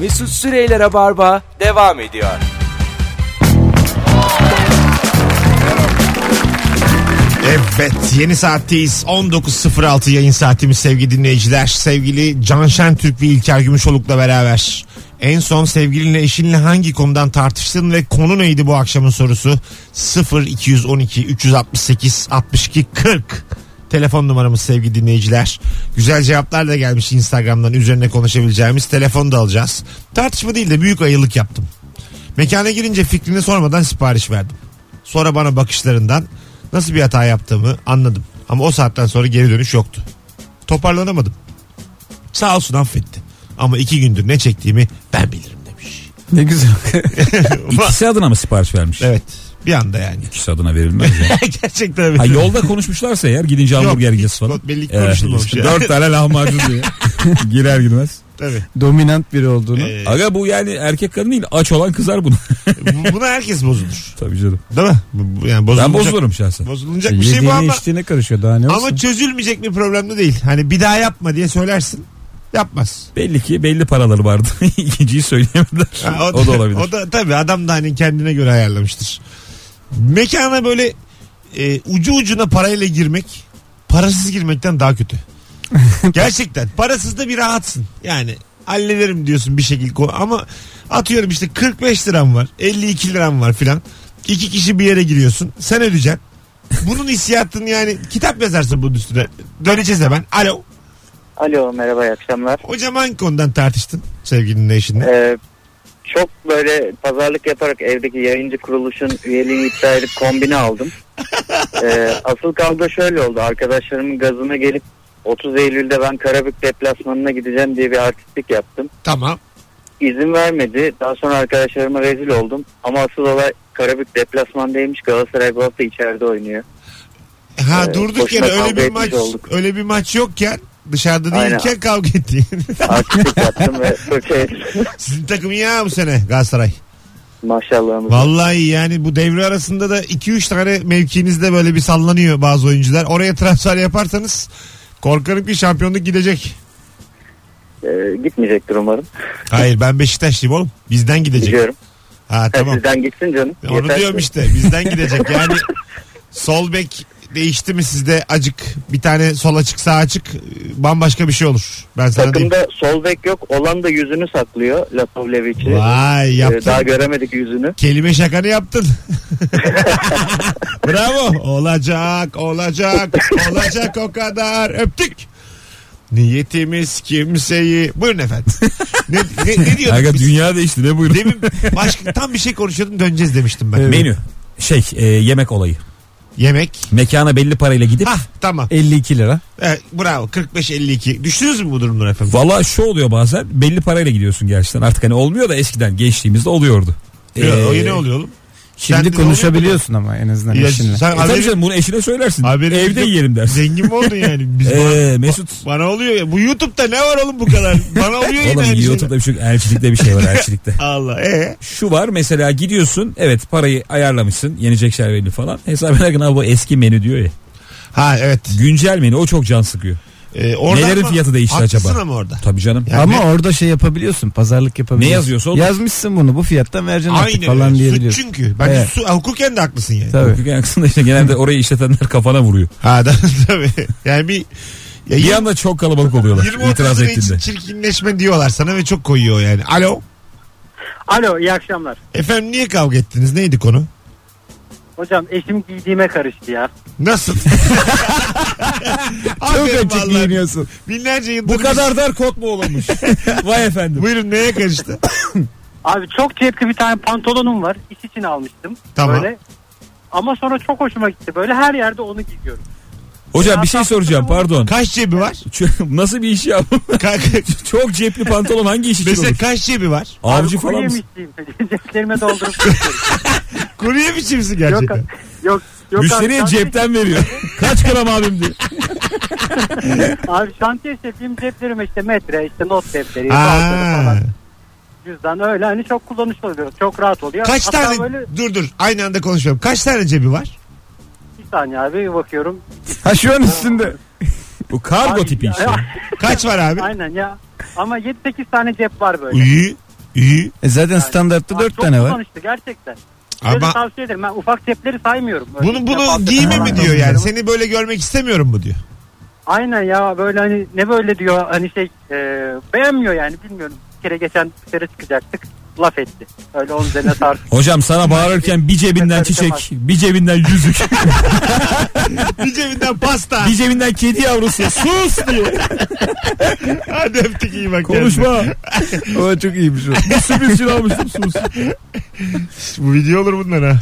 Mesut Süreyler'e barba devam ediyor. Evet yeni saatteyiz 19.06 yayın saatimiz sevgili dinleyiciler sevgili Can Şentürk ve İlker Gümüşoluk'la beraber en son sevgilinle eşinle hangi konudan tartıştın ve konu neydi bu akşamın sorusu 0 212 368 62 40 telefon numaramız sevgili dinleyiciler güzel cevaplar da gelmiş instagramdan üzerine konuşabileceğimiz telefon da alacağız tartışma değil de büyük ayılık yaptım mekana girince fikrini sormadan sipariş verdim sonra bana bakışlarından Nasıl bir hata yaptığımı anladım. Ama o saatten sonra geri dönüş yoktu. Toparlanamadım. Sağ olsun affetti. Ama iki gündür ne çektiğimi ben bilirim demiş. Ne güzel. İkisi adına mı sipariş vermiş? Evet. Bir anda yani. İkisi adına verilmez ya. Gerçekten öyle. Ha, yolda konuşmuşlarsa eğer gidince hamburger yiyeceğiz falan. belli ki konuşulmamış ya. Dört tane lahmacun diye. Girer girmez. Tabii. Dominant biri olduğunu. Ee, Aga bu yani erkek kadın değil aç olan kızar bunu. bu- buna herkes bozulur. Tabii canım. Değil mi? Bu- bu- Yani Ben bozulacak, bozulurum şahsen. Bozulunacak bir Yediğine şey bu ama, içtiğine karışıyor daha ne olsun. ama çözülmeyecek bir problem de değil. Hani bir daha yapma diye söylersin. Yapmaz. Belli ki belli paraları vardı. İkinciyi söyleyemediler. Ha, o, da olabilir. O da tabii adam da hani kendine göre ayarlamıştır. Mekana böyle e, ucu ucuna parayla girmek parasız girmekten daha kötü. Gerçekten parasız da bir rahatsın. Yani hallederim diyorsun bir şekilde ko- ama atıyorum işte 45 liram var 52 liram var filan. İki kişi bir yere giriyorsun sen ödeyeceksin. Bunun hissiyatını yani kitap yazarsın bunun üstüne. Döneceğiz hemen. Alo. Alo merhaba iyi akşamlar. Hocam hangi konudan tartıştın sevgilinle eşinle? Ee, çok böyle pazarlık yaparak evdeki yayıncı kuruluşun üyeliğini iptal edip kombine aldım. Ee, asıl kavga şöyle oldu. Arkadaşlarımın gazına gelip 30 Eylül'de ben Karabük deplasmanına gideceğim diye bir artistlik yaptım. Tamam. İzin vermedi. Daha sonra arkadaşlarıma rezil oldum. Ama asıl olay Karabük deplasmandaymış. Galatasaray bu hafta içeride oynuyor. Ha Ee, durduk boşuna yere öyle kavga bir etmiş maç olduk. öyle bir maç yokken dışarıda Aynen. değilken kavga ettiğin. Artistlik yaptım ve şey fırça yedim. Sizin takım iyi ha bu sene Galatasaray. Maşallahımız. Vallahi yani bu devre arasında da 2-3 tane mevkinizde böyle bir sallanıyor bazı oyuncular. Oraya transfer yaparsanız korkarım ki şampiyonluk gidecek. Ee, gitmeyecektir umarım. Hayır ben Beşiktaşlıyım oğlum. Bizden gidecek. Biliyorum. Ha Ha, tamam. Sizden gitsin canım. Onu Yeter. diyorum işte bizden gidecek. Yani sol bek değişti mi sizde acık bir tane sola çık sağ çık bambaşka bir şey olur. Ben sana diyeyim. Takımda sol bek yok. Olan da yüzünü saklıyor. Lapovlevic'i. Vay Ee, yaptın. Daha göremedik yüzünü. Kelime şakanı yaptın. Bravo. Olacak, olacak, olacak o kadar. Öptük. Niyetimiz kimseyi... Buyurun efendim. Ne, ne, ne diyorduk Aga biz? dünya değişti ne buyurun. Demin başka, tam bir şey konuşuyordum döneceğiz demiştim ben. Menü. Şey e, yemek olayı. Yemek. Mekana belli parayla gidip Hah tamam. 52 lira. Evet, bravo 45-52. Düştünüz mü bu durumdan efendim? Valla şu oluyor bazen belli parayla gidiyorsun gerçekten artık hani olmuyor da eskiden gençliğimizde oluyordu. Ya, o Ee, yine oluyor oğlum. Şimdi Kendine konuşabiliyorsun ama en azından Ya, eşinle. sen E tabii haberin- canım bunu eşine söylersin. haberin- Evde yiyelim dersin. Zengin mi oldun yani? Biz Ee, bana, Mesut. bana oluyor ya. Bu YouTube'da ne var oğlum bu kadar? Bana oluyor yine. Oğlum aynı şeyler. YouTube'da bir şey yok. Elçilikte bir şey var elçilikte. Allah. Ee? Şu var mesela gidiyorsun evet parayı ayarlamışsın yenecek şeyler belli falan. Hesap ederken abi bu eski menü diyor ya. Ha evet. Güncel menü o çok can sıkıyor. Ee, oradan Nelerin mı- fiyatı değişti Haklısın acaba? ama orada. Tabii canım. Yani ama ne- orada şey yapabiliyorsun pazarlık yapabiliyorsun. Ne yazıyorsa olur. Yazmışsın bunu bu fiyattan vereceksin artık Aynen falan öyle. Suç diyebiliyorsun. çünkü. Bence Evet. su, hukuken de haklısın yani. Tabii. Hukuki aksında işte genelde orayı işletenler kafana vuruyor. Ha da, tabii. Yani bir ya Bir E, yirmi- anda çok kalabalık oluyorlar 20 itiraz itiraz için ettiğinde. çirkinleşme diyorlar sana ve çok koyuyor yani. Alo. Alo iyi akşamlar. Efendim niye kavga ettiniz? Neydi konu? Hocam eşim giydiğime karıştı ya. Nasıl? Aferin Çok açık vallahi. giyiniyorsun. Binlerce yıldır. Bu biz- kadar dar kot mu olunmuş? Vay efendim. Buyurun neye karıştı? Abi çok cepli bir tane pantolonum var. İş için almıştım. Tamam. Böyle. Ama sonra çok hoşuma gitti. Böyle her yerde onu giyiyorum. Hocam bir şey soracağım pardon. Kaç cebi var? Ç- Nasıl bir iş ya? bu? Ka- çok cepli pantolon hangi iş için Mesela olur? kaç cebi var? Avcı Abi, kuru falan mısın? yemişliyim. Ceplerime doldurup götürüyorum. Kuru yemişçi yok, misin gerçekten? yok, yok. Müşteriye abi, şantiye- cepten veriyor. Kaç gram abim diyor. Abi şantiye şefim ceplerime işte metre, işte not defteri, Aa. balkonu falan. Cüzdan öyle hani çok kullanışlı oluyor. Çok rahat oluyor. Kaç Hatta tane böyle dur dur aynı anda konuşuyorum. Kaç tane cebi var? bir saniye abi bir bakıyorum. Ha şu an üstünde. Bu kargo Abi, tipi işte. ya- Kaç var abi? Aynen ya. Ama 7-8 tane cep var böyle. Uyu. Ü. E zaten standartta Abi dört çok tane var. kullanışlı gerçekten. Size de Ama tavsiye ederim. Ben ufak cepleri saymıyorum. Öyle bunu bunu yapalım. giyme Falan mi diyor yani? yapıyorum. Seni böyle görmek istemiyorum mu diyor. Aynen ya böyle hani ne böyle diyor hani şey e, beğenmiyor yani bilmiyorum. Bir kere geçen dışarı çıkacaktık laf etti. Öyle onun üzerine tartıştık. Hocam sana bağırırken bir cebinden çiçek, bir cebinden yüzük, Bir cebinden pasta. bir cebinden kedi yavrusu. Sus diyor. Hadi öptük iyi bak. kendine. Konuşma. O çok iyiymiş o. Bir sürprizcin almıştım sus. Bu video olur bundan ha.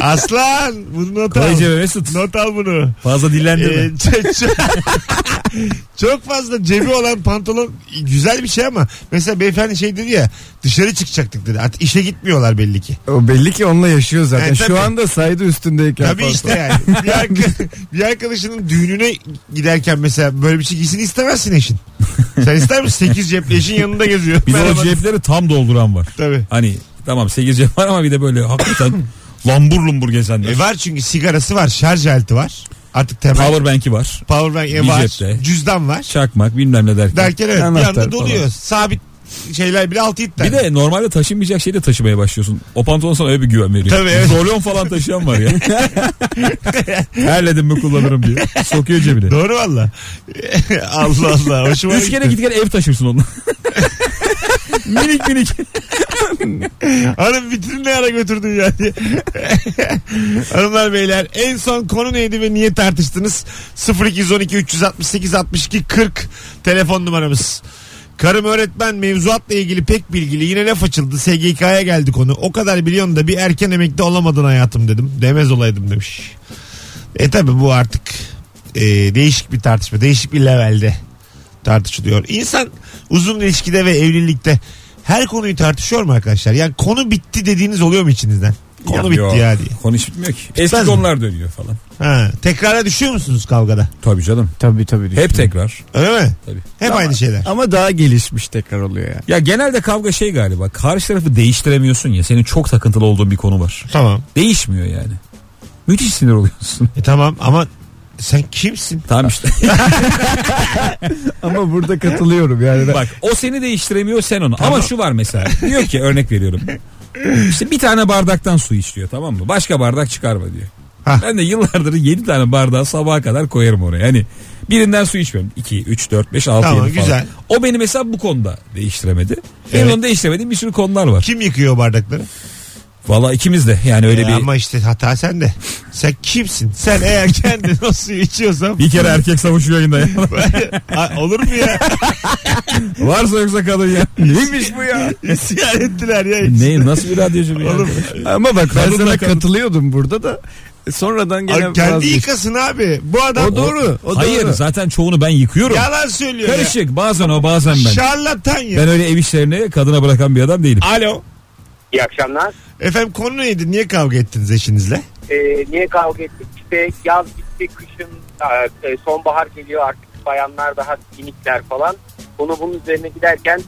Aslan bunu not al. Kolayca ve Mesut. Not al bunu. Fazla dillendirme. Ee, ç- ç- çok fazla cebi olan pantolon güzel bir şey ama mesela beyefendi şey dedi ya dışarı çıkacaktık dedi. Artık işe gitmiyorlar belli ki. O belli ki onunla yaşıyor zaten. E, tabii. Şu anda saydı üstündeyken. Tabii pantolon. işte yani. Bir, arka- bir arkadaşının düğününe giderken mesela böyle bir şey giysin istemezsin eşin. Sen ister misin? 8 cepli eşin yanında geziyor. Bir de o Merhaba. cepleri tam dolduran var. Tabii. Hani tamam 8 cep var ama bir de böyle hakikaten lambur lumbur gezenler. E var çünkü sigarası var, şarj aleti var. Artık temel Powerbank'i var. powerbank e Bir var, cepte. cüzdan var. Çakmak bilmem ne derken. Derken evet bir Anahtar anda doluyor. falan. Sabit şeyler bile altı itten. Bir de normalde taşınmayacak şeyi de taşımaya başlıyorsun. O pantolon sana öyle bir güven veriyor. Tabii, evet. Zorlon falan taşıyan var ya. Terledim mi kullanırım diye. Sokuyor cebine. Doğru valla. Allah Allah. Hoşuma Üç kere gitti. git gel ev taşırsın onunla. minik minik. Hanım vitrini ne ara götürdün yani. Hanımlar beyler en son konu neydi ve niye tartıştınız? 0212 368 62 40 telefon numaramız. Karım öğretmen mevzuatla ilgili pek bilgili yine laf açıldı SGK'ya geldi konu o kadar biliyorsun da bir erken emekli olamadın hayatım dedim demez olaydım demiş. E tabi bu artık e, değişik bir tartışma değişik bir levelde tartışılıyor. İnsan uzun ilişkide ve evlilikte her konuyu tartışıyor mu arkadaşlar? Yani konu bitti dediğiniz oluyor mu içinizden? Konu bitti Yok. ya diye. Konu hiç bitmiyor ki. Eski Bitmez mi? konular dönüyor falan. Ha, tekrara düşüyor musunuz kavgada? Tabii canım. Tabii tabii. Hep düşünüyorum. tekrar. Öyle mi? Tabii. Hep aynı şeyler. Ama daha gelişmiş tekrar oluyor yani. Ya genelde kavga şey galiba. Karşı tarafı değiştiremiyorsun ya. Senin çok takıntılı olduğun bir konu var. Tamam. Değişmiyor yani. Müthiş sinir oluyorsun. E tamam ama sen kimsin? Tamam işte. Ama burada katılıyorum yani. Bak o seni değiştiremiyor sen onu. Ama şu var mesela. Diyor ki örnek veriyorum. İşte bir tane bardaktan su iç diyor tamam mı? Başka bardak çıkarma diyor. Hah. Ben de yıllardır 7 tane bardağı sabaha kadar koyarım oraya. Yani birinden su içmiyorum. 2, 3, 4, 5, 6, Tamam, 7 falan. güzel. O beni mesela bu konuda değiştiremedi. Benim Evet. onu değiştiremediğim bir sürü konular var. Kim yıkıyor o bardakları? Valla ikimiz de yani öyle E bir... Ama işte hata sende. Sen kimsin? Sen eğer kendin o suyu içiyorsan Bir kere erkek savaşı yayında ya. Ha, olur mu ya? Varsa yoksa kadın ya. Neymiş bu ya? İsyan ettiler ya. ne, nasıl bir radyocu bu ya? Oğlum, Ama bak ben Kadın da sana kadın. katılıyordum burada da. E, Sonradan gene Abi kendi vazgeçtim. yıkasın abi. Bu adam O doğru. O Hayır doğru. zaten çoğunu ben yıkıyorum. yalan söylüyor ya. Karışık bazen o bazen ben. Şarlatan ya. Ben öyle ev işlerini kadına bırakan bir adam değilim. Alo. İyi akşamlar. Efendim konu neydi? Niye kavga ettiniz eşinizle? Ee, niye kavga ettik? İşte yaz bitti, kışın e, sonbahar geliyor artık bayanlar daha minikler falan. Bunu bunun üzerine giderken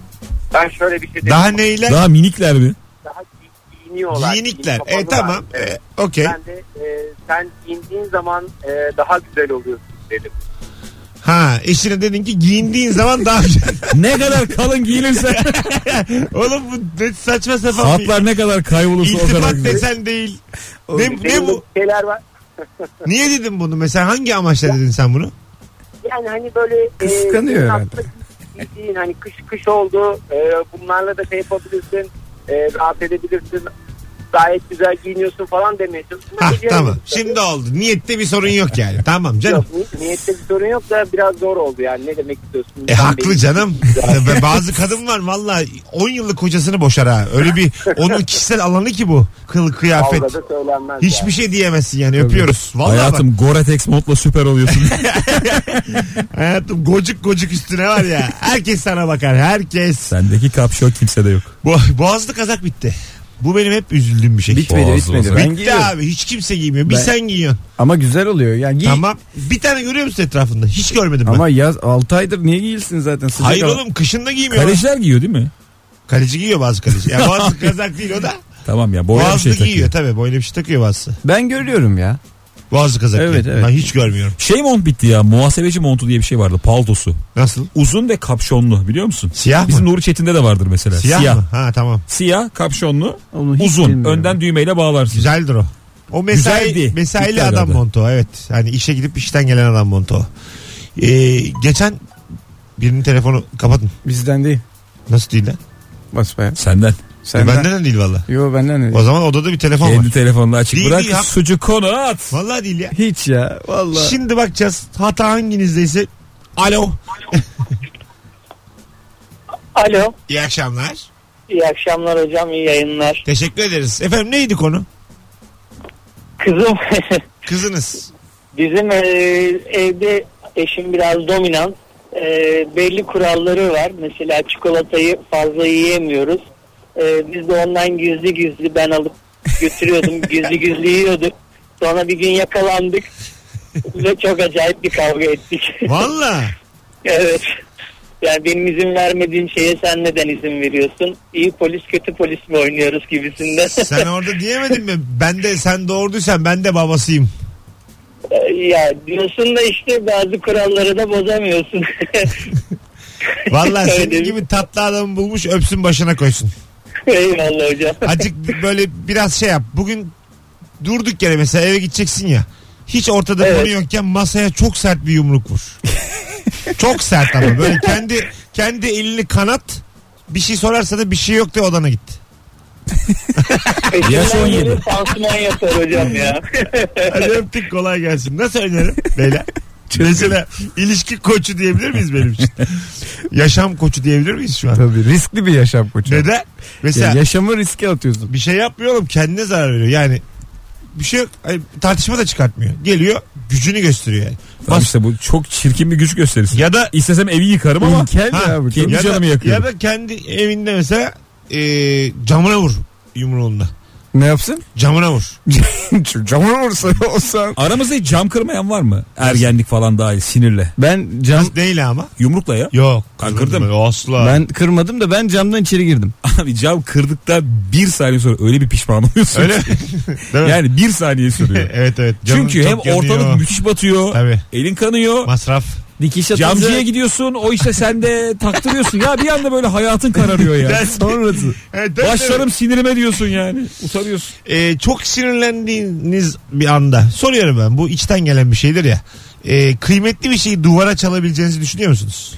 ben şöyle bir şey dedim. Daha neyler? Daha minikler mi? Daha gi- giyiniyorlar. Giyinikler. giyinip E kapalılar. tamam. Evet. E, Okey. Ben de e, sen giyindiğin zaman e, daha güzel oluyorsun dedim. Ha eşine dedin ki giyindiğin zaman daha güzel. ne kadar kalın giyilirse Oğlum bu ne saçma sapan bir hatlar ne kadar kaybolursa o kadar iltifat güzel. desen değil. Ne, ne Benim de bu? Şeyler var. Niye dedin bunu? Mesela hangi amaçla dedin sen bunu? Yani hani böyle Kıskanıyor e, herhalde. giydiğin, hani kış kış oldu. E, bunlarla da şey yapabilirsin. E, rahat edebilirsin. Gayet güzel giyiniyorsun falan demeye çalıştım. Ha Beceriyorum tamam. tabii. Şimdi oldu. Niyette bir sorun yok yani. Tamam canım. Yok, ni- niyette bir sorun yok da biraz zor oldu yani ne demek istiyorsun? E haklı canım. Ve Bazı kadın var valla 10 yıllık kocasını boşar ha. Öyle bir onun kişisel alanı ki bu. Kılık kıyafet. Kavgada söylenmez. Hiçbir şey diyemezsin yani öpüyoruz. Vallahi hayatım. Hayatım Gore-Tex modla süper oluyorsun. hayatım gocuk gocuk üstüne var ya. Herkes sana bakar. Herkes. Sendeki kapşon kimsede yok. Bu, boğazlı kazak bitti. Bu benim hep üzüldüğüm bir şey. Bitmedi Boğazlı bitmedi. olsun. Ben Bitti giyiyorum. abi hiç kimse giymiyor. Bir Ben- sen giyiyorsun. Ama güzel oluyor. Yani giy. Tamam. Bir tane görüyor musun etrafında? Hiç görmedim ben. Ama yaz 6 aydır niye giyilsin zaten sıcak Hayır hava. oğlum kışında giymiyor. Kaleci, Kaleciler giyiyor değil mi? giyiyor bazı kaleci. Ya bazı kazak değil o da. Tamam ya boyla bir Boğazlı şey giyiyor takıyor. tabii. Boyla bir şey takıyor bazısı. Ben görüyorum ya. Boğazı kazak. Evet, evet. Ben hiç görmüyorum. Şey mont bitti ya muhasebeci montu diye bir şey vardı paltosu. Nasıl? Uzun ve kapşonlu biliyor musun? Siyah Bizim mı? Nuri Çetin'de de vardır mesela. Siyah, Siyah. Siyah, mı? Ha tamam. kapşonlu Onu hiç uzun. bilmiyorum. Önden düğmeyle bağlarsın. Güzeldir o. O mesai, Güzeldi. mesaili Bitti adam herhalde. montu evet. Hani işe gidip işten gelen adam montu o. Ee, geçen birinin telefonu kapatın. Bizden değil. Nasıl değil lan? Basbaya. Senden. E, Sen benden de değil valla. Yo benden öyle. O zaman odada bir telefon var. Kendi telefonunu açık Değil, bırak değil, hak- sucuk konu at. Valla değil ya. Hiç ya vallahi. Şimdi bakacağız hata hanginizdeyse. Alo. Alo. İyi akşamlar. İyi akşamlar hocam. iyi yayınlar. Teşekkür ederiz. Efendim neydi konu? Kızım Kızınız. Bizim e, evde eşim biraz dominant. E, belli kuralları var. Mesela çikolatayı fazla yiyemiyoruz. E, biz de ondan gizli gizli ben alıp götürüyordum. gizli gizli yiyorduk. Sonra bir gün yakalandık. Ve çok acayip bir kavga ettik. Valla. evet. Yani benim izin vermediğim şeye sen neden izin veriyorsun? İyi polis kötü polis mi oynuyoruz gibisinden. Sen orada diyemedin mi? Ben de sen doğurduysan ben de babasıyım. ya diyorsun da işte bazı kuralları da bozamıyorsun. Vallahi Öyle senin mi? gibi tatlı adamı bulmuş öpsün başına koysun. Eyvallah hocam. Acık böyle biraz şey yap. Bugün durduk yere mesela eve gideceksin ya. Hiç ortada Evet. konu yokken masaya çok sert bir yumruk vur. çok sert ama böyle kendi kendi elini kanat. Bir şey sorarsa da bir şey yok diye odana git. Yaş 17. Pansuman yapar hocam ya. Hadi öptük kolay gelsin. Nasıl önerim beyler? Mesela ilişki koçu diyebilir miyiz benim için? Yaşam koçu diyebilir miyiz şu an? Tabii riskli bir yaşam koçu. Neden? Mesela Ya yaşamı riske atıyorsun. bir şey yapmıyor oğlum kendine zarar veriyor. Yani bir şey yok. Ay, tartışma da çıkartmıyor. Geliyor gücünü gösteriyor yani. Tamam Bas- işte bu çok çirkin bir güç gösterisi. Ya da İstesem evi yıkarım ama İlkel Ha, ya bu. çok. kendi ya da, canımı yakıyor. ya da kendi evinde mesela e, camına vur yumruğunla. Ne yapsın? Camına vur. Camına vursa olsan. Aramızda hiç cam kırmayan var mı? Ergenlik falan dahil sinirle. Ben cam Değil ama. Yumrukla ya. Yok. Kırdın kırmadım. Asla. ben kırmadım da ben camdan içeri girdim. Abi cam kırdıkta bir saniye sonra öyle bir pişman oluyorsun. Öyle. Değil mi? Yani bir saniye sürüyor. evet evet. Canım Çünkü hem çok yanıyor. ortalık müthiş batıyor. Tabii. Elin kanıyor. Masraf. Dikiş atınca Camcıya gidiyorsun o işte sen de taktırıyorsun ya bir anda böyle hayatın kararıyor ya. sonrası. Evet, tabii, Başlarım sinirime diyorsun yani. Utanıyorsun. e, çok sinirlendiğiniz bir anda soruyorum ben bu içten gelen bir şeydir ya E, kıymetli bir şeyi duvara çalabileceğinizi düşünüyor musunuz?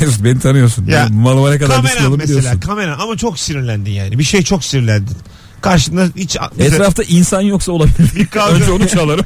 Mesut beni tanıyorsun. Ya, Ya, Malıma ne kadar Kamera düşünüyorum mesela biliyorsun. kamera ama çok sinirlendin yani bir şey çok sinirlendin. Karşında hiç mesela Etrafta insan yoksa olabilir. bir kavga Önce onu çalarım.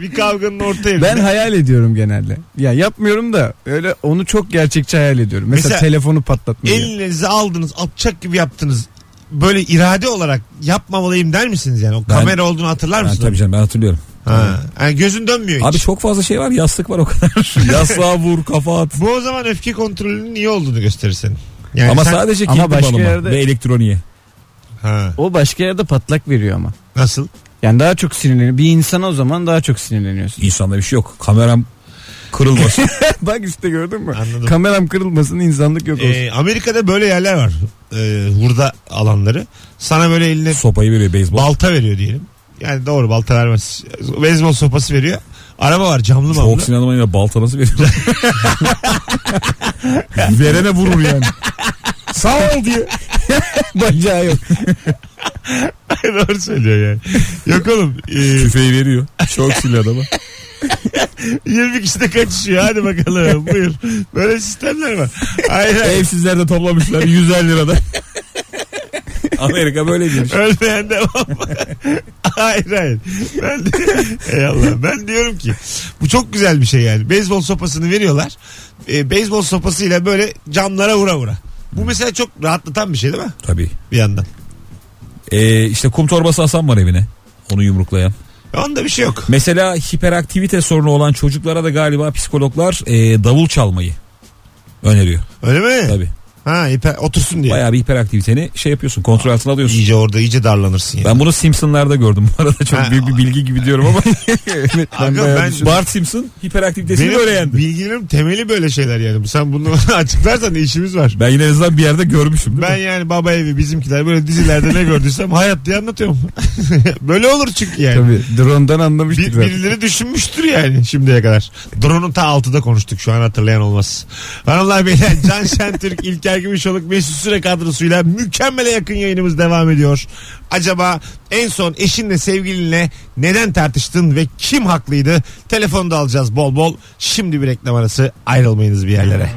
bir kavganın orta yerinde. Ben hayal ediyorum genelde. Ya yapmıyorum da öyle onu çok gerçekçi hayal ediyorum. Mesela, Mesela telefonu patlatmayı. elinizi aldınız atacak gibi yaptınız. Böyle irade olarak yapmamalıyım der misiniz yani? O kamera olduğunu hatırlar Ha, mısın? tabii canım ben hatırlıyorum. Ha. Yani gözün dönmüyor Abi hiç. çok fazla şey var yastık var o kadar. Yastığa vur kafa at. Bu o zaman öfke kontrolünün iyi olduğunu gösterir senin. Yani ama sen- sadece ama kilitli başka balıma yerde- ve elektroniğe. Ha. O başka yerde patlak veriyor ama. Nasıl? Yani daha çok sinirleniyor. Bir insana o zaman daha çok sinirleniyorsun. İnsanda bir şey yok. Kameram kırılmasın. Bak işte gördün mü? Anladım. Kameram kırılmasın insanlık yok olsun. Ee, Amerika'da böyle yerler var. Ee, hurda alanları. Sana böyle eline Sopayı veriyor beyzbol. balta veriyor diyelim. Yani doğru balta vermez. Beyzbol sopası veriyor. Araba var camlı mamlı. Çok sinirlendim ya balta nasıl veriyor? Verene vurur yani. Sağ ol diyor. Bacağı yok. doğru söylüyor yani. Yok oğlum. ee, Tüfeği veriyor. Çok sinirli adama. 20 kişi de kaçışıyor. Hadi bakalım. Buyur. Böyle sistemler var. Aynen. Evsizler de toplamışlar 150 lirada. Amerika böyle bir Ölmeyen devam. hayır hayır. Ben de, Ey Allah. Ben diyorum ki bu çok güzel bir şey yani. Beyzbol sopasını veriyorlar. Ee, beyzbol sopasıyla böyle camlara vura vura. Bu mesela çok rahatlatan bir şey değil mi? Tabii. Bir yandan. Ee, işte kum torbası Hasan var evine. Onu yumruklayan. E, Onda bir şey yok. Mesela hiperaktivite sorunu olan çocuklara da galiba psikologlar ee, davul çalmayı e, öneriyor. Öyle mi? Tabii. Ha hiper, otursun diye. Bayağı bir hiperaktiviteni şey yapıyorsun kontrol altına alıyorsun. İyice orada iyice darlanırsın ya. Ben bunu Simpsonlarda gördüm bu arada çok Ha. büyük bir bilgi gibi diyorum ama Aga, bayağı ben- düşündüm. şey- Bart Simpson hiperaktivitesini Benim böyle yendi. bilgilerim temeli böyle şeyler yani. Sen bunu açıklarsan işimiz var. Ben yine en azından bir yerde görmüşüm değil Ben mi? yani baba evi bizimkiler böyle dizilerde ne gördüysem hayat diye anlatıyorum. böyle olur çünkü yani. Tabii drone'dan anlamıştık Bir, zaten. birileri düşünmüştür yani şimdiye kadar. Drone'un ta altıda konuştuk şu an hatırlayan olmaz. Hanımlar beyler Can Şentürk, İlker Gümüşoluk, Mesut Süre kadrosuyla mükemmele yakın yayınımız devam ediyor. Acaba en son eşinle sevgilinle neden tartıştın ve kim haklıydı? Telefonu da alacağız bol bol. Şimdi bir reklam arası ayrılmayınız bir yerlere.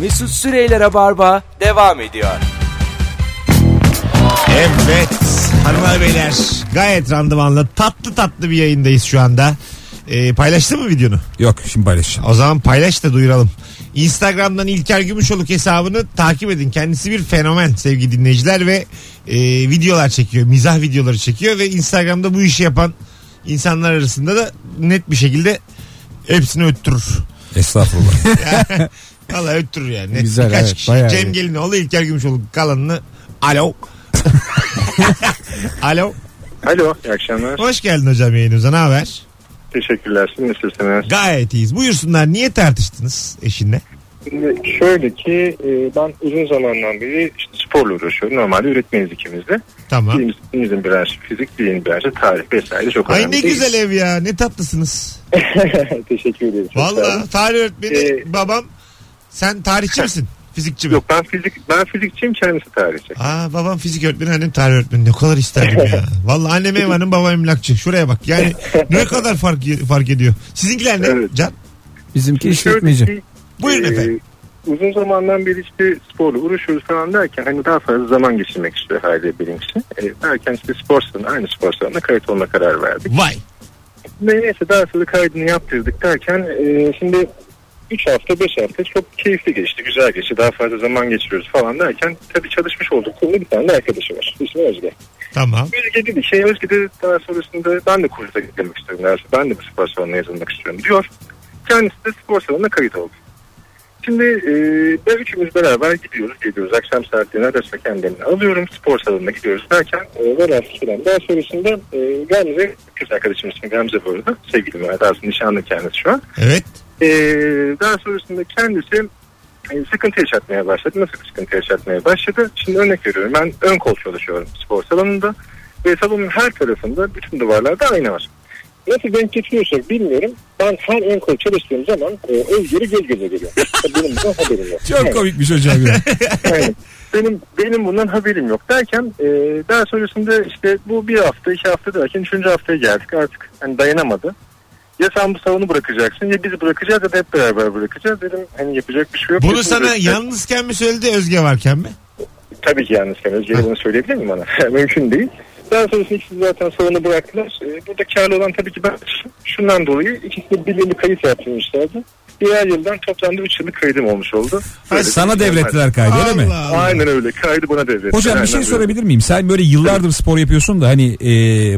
Mesut Süreyler'e barba devam ediyor. Evet hanımlar beyler gayet randımanlı tatlı tatlı bir yayındayız şu anda. Ee, paylaştın mı videonu? Yok şimdi paylaşacağım. O zaman paylaş da duyuralım. Instagram'dan İlker Gümüşoluk hesabını takip edin. Kendisi bir fenomen sevgili dinleyiciler ve e, videolar çekiyor. Mizah videoları çekiyor ve Instagram'da bu işi yapan insanlar arasında da net bir şekilde hepsini öttürür. Estağfurullah. Valla öttürür yani. Net Güzel, Birkaç evet, kişi. bayağı Cem iyi. Gelinoğlu, İlker Gümüşoluk kalanını alo. alo. Alo, iyi akşamlar. Hoş geldin hocam yayınımıza. Ne haber? Teşekkürler. Siz nasılsınız? Gayet iyiyiz. Buyursunlar. Niye tartıştınız eşinle? Şimdi şöyle ki e, ben uzun zamandan beri işte sporla uğraşıyorum. Normalde üretmeniz ikimiz de. Tamam. Birimiz, birimizin branşı fizik, birinin branşı tarih vesaire çok önemli Ay ne değil. güzel ev ya. Ne tatlısınız. Teşekkür ederim. çok sağ olun. Valla tarih öğretmeni Ee, babam sen tarihçi misin? Fizikçi mi? Yok ben fizik ben fizikçiyim kendisi tarihçi. Aa babam fizik öğretmeni annem tarih öğretmeni. Ne kadar isterdim ya. Valla annem ev hanım babam emlakçı. Şuraya bak. Yani ne kadar fark fark ediyor. Sizinkiler ne? Evet. Can. Bizimki Şimdi şöyle işletmeci. ki, Buyurun e, efendim. Uzun zamandan beri işte sporla uğraşıyoruz falan derken hani daha fazla zaman geçirmek istiyor haliyle benim için. E, derken işte spor salonu aynı spor salonuna kayıt olma karar verdik. Vay. Ve neyse daha sonra kaydını yaptırdık derken e, şimdi 3 hafta 5 hafta çok keyifli geçti güzel geçti daha fazla zaman geçiriyoruz falan derken tabii çalışmış olduk konuda bir tane de arkadaşı var ismi Özge. Tamam. Özge dedi şey Özge dedi daha sonrasında ben de kursa gitmek istiyorum derse ben de bu spor salonuna yazılmak istiyorum diyor. Kendisi de spor salonuna kayıt oldu. Şimdi e, ben üçümüz beraber gidiyoruz geliyoruz akşam saatlerine adresle kendimini alıyorum spor salonuna gidiyoruz derken e, velhasıl filan. daha sonrasında e, Gamze kız arkadaşım ismi Gamze bu arada sevgilim var daha sonra nişanlı kendisi şu an. Evet. E, daha sonrasında kendisi e, sıkıntı yaşatmaya başladı. Nasıl sıkıntı yaşatmaya başladı? Şimdi örnek veriyorum. Ben ön kol çalışıyorum spor salonunda. Ve salonun her tarafında bütün duvarlarda ayna var. Nasıl denk getiriyorsak bilmiyorum. Ben her ön kol çalıştığım zaman e, özgürü göz göze geliyor. Benim bundan haberim yok. Çok Evet, komikmiş hocam ya. aynen. Benim, benim bundan haberim yok derken e, daha sonrasında işte bu bir hafta iki hafta derken üçüncü haftaya geldik artık hani dayanamadı. Ya sen bu salonu bırakacaksın ya biz bırakacağız ya da hep beraber bırakacağız dedim hani yapacak bir şey yok. Bunu Kesin sana bırakacağız. yalnızken mi söyledi Özge varken mi? Tabii ki yalnız sen Özge'ye bunu söyleyebilir mi bana? Mümkün değil. Daha sonrasında ikisi zaten salonu bıraktılar. Ee, Burada karlı olan tabii ki ben şundan dolayı ikisi de birbirine kayıt yaptırmışlardı. Diğer yıldan toplamda 3 yıllık kaydım olmuş oldu. Böyle bir Sana şey var. devrettiler kaydı öyle mi? Allah Allah. Aynen öyle. Kaydı bana devrettiler. Hocam bir Aynen şey öyle. sorabilir miyim? Sen böyle yıllardır spor yapıyorsun da hani e,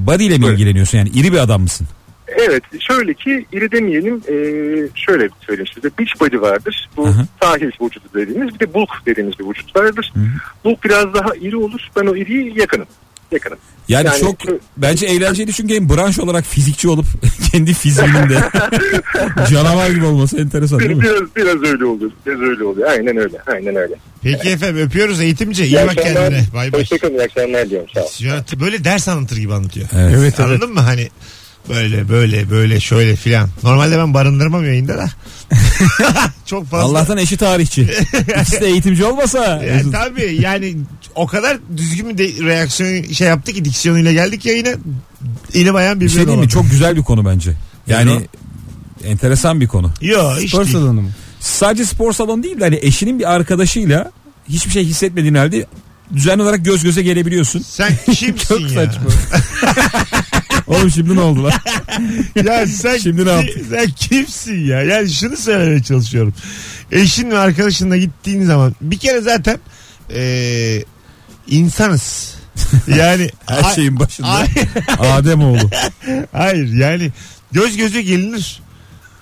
body ile mi Buyurun. ilgileniyorsun? Yani iri bir adam mısın? Evet şöyle ki iri demeyelim ee, şöyle söyleyeyim size beach body vardır bu Hı hı. sahil vücudu dediğimiz bir de bulk dediğimiz bir vücut vardır. Bulk biraz daha iri olur ben o iriye yakınım yakınım. Yani, Yani çok şu- bence eğlenceli çünkü hem branş olarak fizikçi olup kendi fiziğinin de canavar gibi olması enteresan değil Bir- mi? Biraz, biraz öyle oluyor. Biraz öyle oluyor. Aynen öyle. Aynen öyle. Peki efendim öpüyoruz eğitimci. İyi bak kendine. Bay bay. Hoşçakalın. İyi akşamlar diyorum. Sağ ol. Ya, Böyle ders anlatır gibi anlatıyor. Evet. Anladın mı hani böyle böyle böyle şöyle filan. Normalde ben barındırmam yayında da. Çok fazla. Allah'tan eşi tarihçi. İkisi de eğitimci olmasa. yani, tabii yani o kadar düzgün bir de- reaksiyon şey yaptı ki diksiyonuyla geldik yayına. İlim ayağım bir birbirine şey diyeyim mi? dolandı. Çok güzel bir konu bence. Yani Yani enteresan bir konu. Yo Spor işte. salonu mu? Sadece spor salonu değil de hani eşinin bir arkadaşıyla hiçbir şey hissetmediğin halde düzenli olarak göz göze gelebiliyorsun. Sen kimsin Çok ya? saçma. Oğlum şimdi ne oldu lan? Ya sen, Şimdi ne yaptın? sen kimsin ya? Yani şunu söylemeye çalışıyorum. Eşin ve arkadaşınla gittiğin zaman bir kere zaten eee, insanız. Yani Her şey şeyin başında. Ay- Ademoğlu. Hayır yani göz göze gelinir.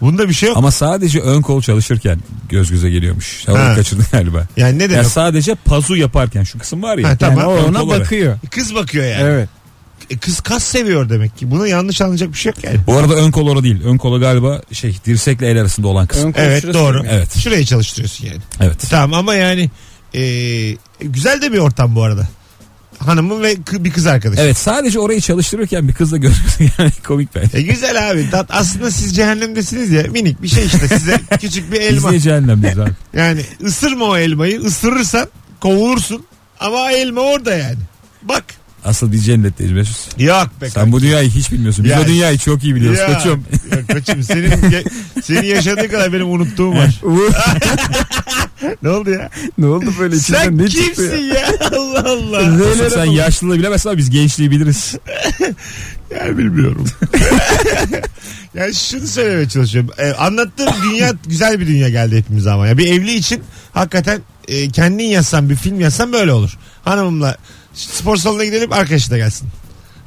Bunda bir şey yok. Ama sadece ön kol çalışırken göz göze geliyormuş. Sen Ha. onu kaçırdın galiba. Yani ne Ya demek? sadece pazu yaparken şu kısım var ya. Ha, tamam. yani O ön ona kol olarak. bakıyor. Kız bakıyor yani. Evet. E, Kız kas seviyor demek ki. Buna yanlış anlayacak bir şey yok yani. Bu arada ön kol ora değil. Ön kola galiba şey dirsekle el arasında olan kısım. Ön kol Evet şurası doğru. mı? Evet. Şurayı çalıştırıyorsun yani. Evet. Tamam ama yani e, güzel de bir ortam bu arada. Hanımın ve kı- bir kız arkadaşı. Evet sadece orayı çalıştırırken bir kızla görmüşsün yani komik ben. E, güzel abi. Tat, aslında siz cehennemdesiniz ya. Minik bir şey işte size küçük bir Biz elma. niye cehennemdeyiz abi? Yani ısırma o elmayı. Isırırsan kovulursun. Ama elma orada yani. Bak. Asıl biz cennetteyiz Mesut. Yok be. Sen bu dünyayı hiç bilmiyorsun. Biz Ya- o dünyayı çok iyi biliyoruz Ya. koçum. Yok koçum senin, ge- senin yaşadığın kadar benim unuttuğum var. ne oldu ya? Ne oldu böyle içinden Sen ne çıktı kimsin ya? ya? Allah Allah. Mesut sen yaşlılığı bilemezsin ama biz gençliği biliriz. Ya bilmiyorum. yani şunu söylemeye çalışıyorum. Ee, anlattığım dünya güzel bir dünya geldi hepimize ama. Ya bir evli için hakikaten e, kendin yazsan bir film yazsan böyle olur. Hanımımla spor salonuna gidelim arkadaşı da gelsin.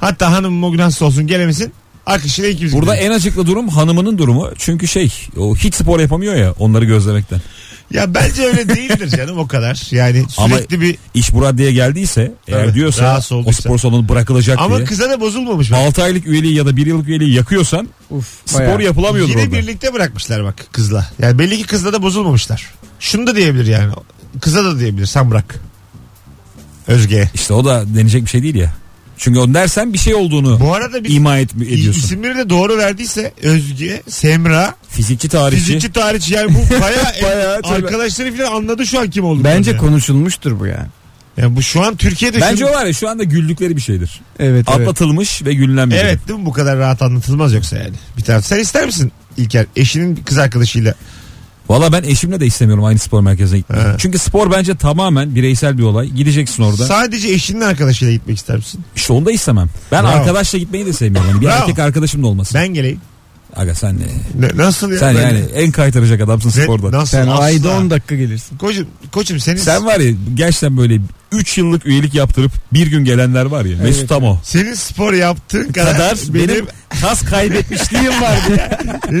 Hatta hanımım o gün hasta olsun gelemesin. Arkadaşıyla ikimiz Burada gidelim. en acıklı durum hanımının durumu. Çünkü şey o hiç spor yapamıyor ya onları gözlemekten. Ya bence öyle değildir canım o kadar. Yani Ama- sürekli bir... İş bu raddeye geldiyse eğer Tabii, diyorsa rahatsız o olduysa. spor salonu bırakılacak Ama diye. kıza da bozulmamış. bak. 6 aylık üyeliği ya da 1 yıllık üyeliği yakıyorsan Uf, spor bayağı. yapılamıyordur Yine orada. birlikte bırakmışlar bak kızla. Yani belli ki kızla da bozulmamışlar. Şunu da diyebilir yani. Kıza da diyebilir sen bırak. Özge. İşte o da deneyecek bir şey değil ya. Çünkü o dersen bir şey olduğunu Bu arada bir ima et, ediyorsun. isimleri de doğru verdiyse Özge, Semra, Fizikçi tarihçi. fizikçi tarihçi yani bu baya Bayağı tabii. arkadaşları falan anladı şu an kim oldu. Bence konuşulmuştur bu yani. yani bu şu an Türkiye'de Bence şunu- o var ya şu anda güldükleri bir şeydir. Evet evet. Atlatılmış ve gülünen bir şey. Evet değil mi bu kadar rahat anlatılmaz yoksa yani. Bir taraf sen ister misin İlker eşinin kız arkadaşıyla Valla ben eşimle de istemiyorum aynı spor merkezine gitmeyi. Evet. Çünkü spor bence tamamen bireysel bir olay. Gideceksin orada. sadece eşinin arkadaşıyla gitmek ister misin? işte onu da istemem. Ben Bravo. arkadaşla gitmeyi de sevmiyorum. Yani bir Bravo. erkek arkadaşım da olmasın. Ben geleyim. Aga sen ne? Ne- nasıl ya? Sen Ben- yani en kaytaracak adamsın Ne- sporda. Nasıl? Sen Asla. ayda 10 dakika gelirsin. Koçum, koçum senin Sen var ya gerçekten böyle 3 yıllık üyelik yaptırıp bir gün gelenler var ya. Mesut tam o. senin spor yaptığın kadar, Kadar benim, benim benim kas kaybetmişliğim vardı.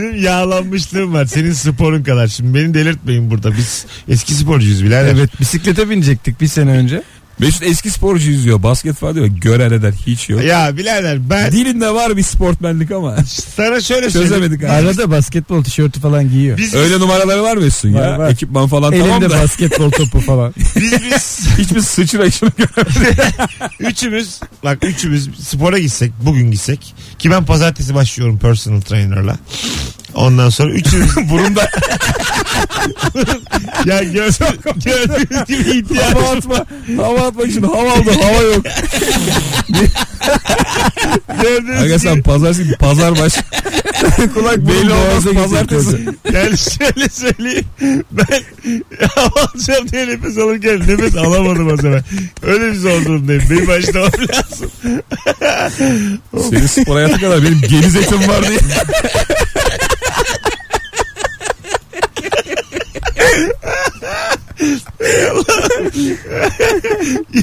yağlanmışlığım var. Senin sporun kadar. Şimdi beni delirtmeyin burada. Biz eski sporcuyuz birader. Evet bisiklete binecektik bir sene önce. Mesut eski sporcu izliyor. Basket falan diyor. Gören eder hiç yok. Ya birader ben Dilinde var bir sportmenlik ama sana şöyle söyleyeyim. çözemedik. abi. Arada basketbol tişörtü falan giyiyor. Biz, Öyle numaraları var Mesut'un ya. Var, var. Ekipman falan Elinde tamam da. basketbol topu falan. biz biz Hiçbir sıçrayışını görmedim. üçümüz bak üçümüz spora gitsek bugün gitsek ki ben pazartesi başlıyorum personal trainer'la. Ondan sonra üçümüz Burunda ya gördüğünüz, gördüğünüz gibi ihtiyaç hava atma. Hava atmak için hava aldı. Hava yok. gördüğünüz Aga gibi- sen pazartesi gibi pazar baş. Kulak belli olmaz pazartesi. Yani şöyle söyleyeyim. Ben hava alacağım diye nefes alırken nefes alamadım o zaman. Öyle bir zor durumdayım. Benim başta lazım. Senin spor hayatı kadar benim geniz etim var diye.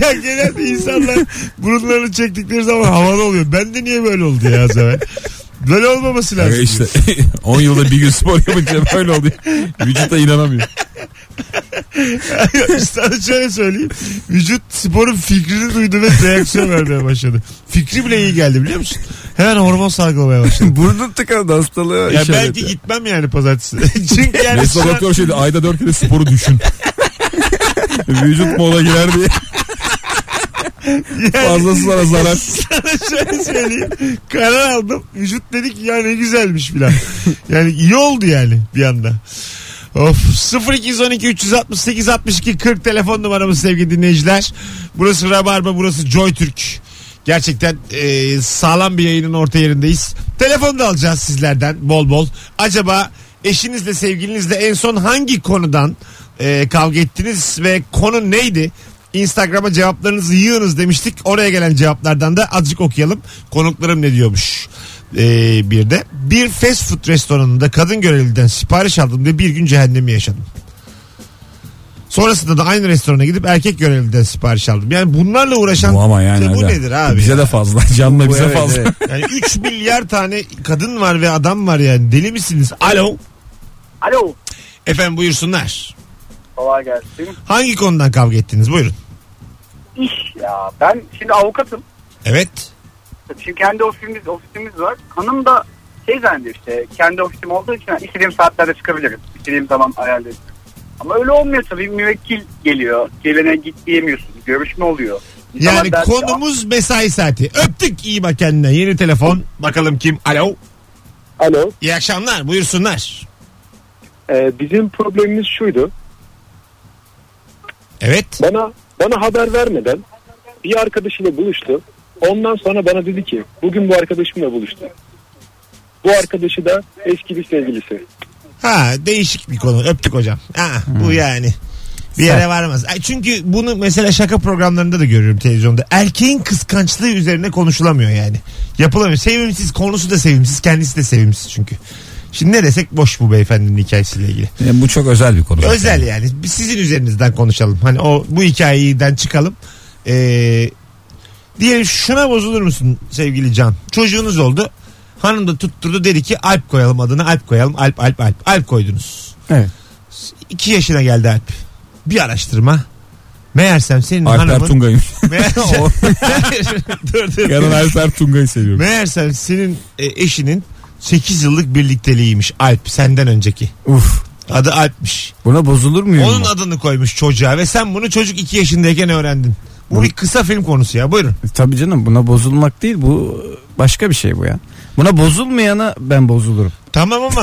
Ya genelde insanlar burunlarını çektikleri zaman havalı oluyor. Ben de niye böyle oldu ya o zaman? Böyle olmaması lazım. Aga Ee, işte 10 yılda bir gün spor yapınca böyle oluyor. Vücuta inanamıyor. Sana şöyle söyleyeyim. Vücut sporun fikrini duydu ve reaksiyon vermeye başladı. Fikri bile iyi geldi biliyor musun? Hemen hormon salgılamaya başladı. Burnun tıkandı hastalığı. Ya şey işaret belki ya. gitmem yani pazartesi. Çünkü yani Mesut şu an- doktor şeydi ayda 4 kere sporu düşün. Vücut mola girer diye yani- fazlasına zarar. Sana şöyle söyleyeyim. Karar aldım. Vücut dedik ya ne güzelmiş filan. Yani iyi oldu yani bir anda. Of 0212 368 62 40 telefon numaramız sevgili dinleyiciler. Burası Rabarba burası Joy Türk. Gerçekten e, sağlam bir yayının orta yerindeyiz. Telefon da alacağız sizlerden bol bol. Acaba eşinizle sevgilinizle en son hangi konudan e, kavga ettiniz ve konu neydi? Instagram'a cevaplarınızı yığınız demiştik. Oraya gelen cevaplardan da azıcık okuyalım. Konuklarım ne diyormuş? Ee, bir de bir fast food restoranında kadın görevliden sipariş aldım ve bir gün cehennemi yaşadım. Sonrasında da aynı restorana gidip erkek görevliden sipariş aldım. Yani bunlarla uğraşan Bu ama yani. bu aga. nedir abi? Bize ya? de fazla. Canla Bu bize evet, fazla. evet. Yani 3 milyar tane kadın var ve adam var yani. Deli misiniz? Alo. Alo. Efendim buyursunlar. Kolay gelsin. Hangi konudan kavga ettiniz? Buyurun. İş ya. Ben şimdi avukatım. Evet. Şimdi kendi ofisimiz, ofisimiz var. Hanım da şey zannediyor işte kendi ofisim olduğu için ha, istediğim saatlerde çıkabilirim. İstediğim zaman ayarlarım. Ama öyle olmuyor tabii. Müvekkil geliyor. Gelene git diyemiyorsun. Görüşme oluyor. İnsanlar Yani der ki, konumuz mesai saati. Öptük iyi bak kendine. Yeni telefon. Bakalım kim? Alo. Alo. İyi akşamlar. Buyursunlar. Ee, bizim problemimiz şuydu. Evet. Bana bana haber vermeden bir arkadaşıyla buluştu. Ondan sonra bana dedi ki bugün bu arkadaşımla buluştu. Bu arkadaşı da eski bir sevgilisi. Ha değişik bir konu. Öptük hocam. Ha, bu yani. Bir yere varmaz. Ay, Çünkü bunu mesela şaka programlarında da görüyorum televizyonda. Erkeğin kıskançlığı üzerine konuşulamıyor yani. Yapılamıyor. Sevimsiz konusu da sevimsiz. Kendisi de sevimsiz çünkü. Şimdi ne desek boş bu beyefendinin hikayesiyle ilgili. Yani bu çok özel bir konu. zaten. Özel yani. Biz sizin üzerinizden konuşalım. Hani o bu hikayeden çıkalım. Ee, diyelim şuna bozulur musun sevgili Can? Çocuğunuz oldu. Hanım da tutturdu dedi ki Alp koyalım adını Alp koyalım Alp Alp Alp Alp koydunuz. Evet. İki yaşına geldi Alp. Bir araştırma. Meğersem senin Alper hanımın... Tungay'ım. Meğersem... dur dur. Yarın Alper Tungay'ı seviyorum. Meğersem senin e, eşinin 8 yıllık birlikteliğiymiş Alp senden önceki. Uf. Adı Alp'miş. Buna bozulur muyum? Onun adını koymuş çocuğa ve sen bunu çocuk 2 yaşındayken öğrendin. Bu bir kısa film konusu ya buyurun. E, Tabii canım buna bozulmak değil bu başka bir şey bu ya. Buna bozulmayana ben bozulurum. Tamam ama